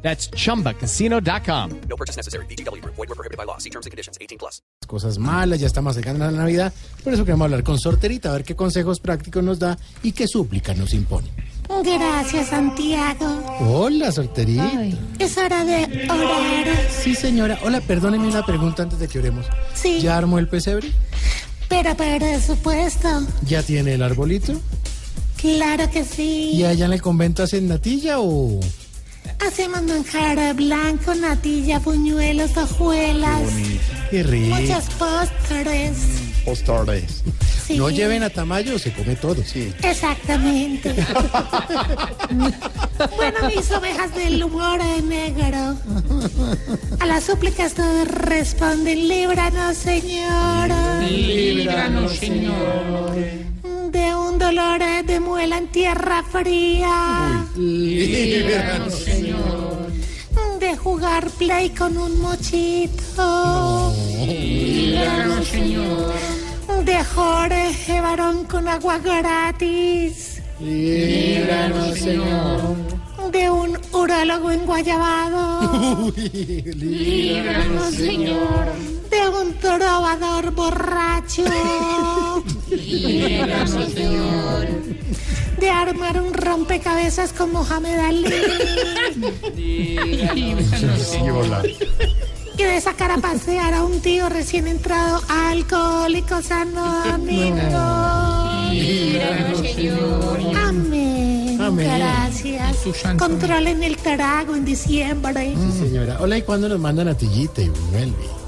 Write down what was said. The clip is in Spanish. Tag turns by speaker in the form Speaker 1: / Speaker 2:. Speaker 1: That's chumbacasino.com.
Speaker 2: No purchase necessary. BGW. Void were prohibited by law. See terms and conditions. 18 plus.
Speaker 3: cosas malas, ya estamos acercando a la Navidad, por eso queremos hablar con Sorterita, a ver qué consejos prácticos nos da y qué súplica nos impone.
Speaker 4: Gracias, Santiago.
Speaker 3: Hola, Sorterita.
Speaker 4: Es hora de orar.
Speaker 3: Sí, señora. Hola, perdóneme una pregunta antes de que oremos.
Speaker 4: Sí.
Speaker 3: ¿Ya armó el pesebre?
Speaker 4: Pero por supuesto,
Speaker 3: ¿Ya tiene el arbolito?
Speaker 4: claro que
Speaker 3: ¿Y
Speaker 4: sí.
Speaker 3: allá en el convento hacen natilla o...?
Speaker 4: Hacemos manjar blanco, natilla, buñuelos, hojuelas,
Speaker 3: ¡Qué rico!
Speaker 4: muchos postres.
Speaker 5: Postales.
Speaker 4: Sí,
Speaker 3: No lleven a Tamayo, se come todo. Sí.
Speaker 4: Exactamente. bueno, mis ovejas del humor negro. A las súplicas no responden, líbranos, Señor.
Speaker 3: Líbranos, Señor.
Speaker 4: De un dolor de muela en tierra fría.
Speaker 3: Líbranos, Señor.
Speaker 4: De jugar play con un mochito. De Jorge Barón eh, con agua gratis.
Speaker 3: Líbranos, Señor.
Speaker 4: De un urólogo en Guayabado.
Speaker 3: Líbranos, Señor.
Speaker 4: De un trovador borracho. De armar un rompecabezas con Mohamed Ali.
Speaker 5: Sí, hola.
Speaker 4: Y de sacar a pasear a un tío recién entrado a Alcohólicos Anónimos. Amén.
Speaker 3: Amén.
Speaker 4: Gracias. Controlen el trago en diciembre.
Speaker 3: Señora, hola, ¿y cuándo nos mandan natillita y buñuelo?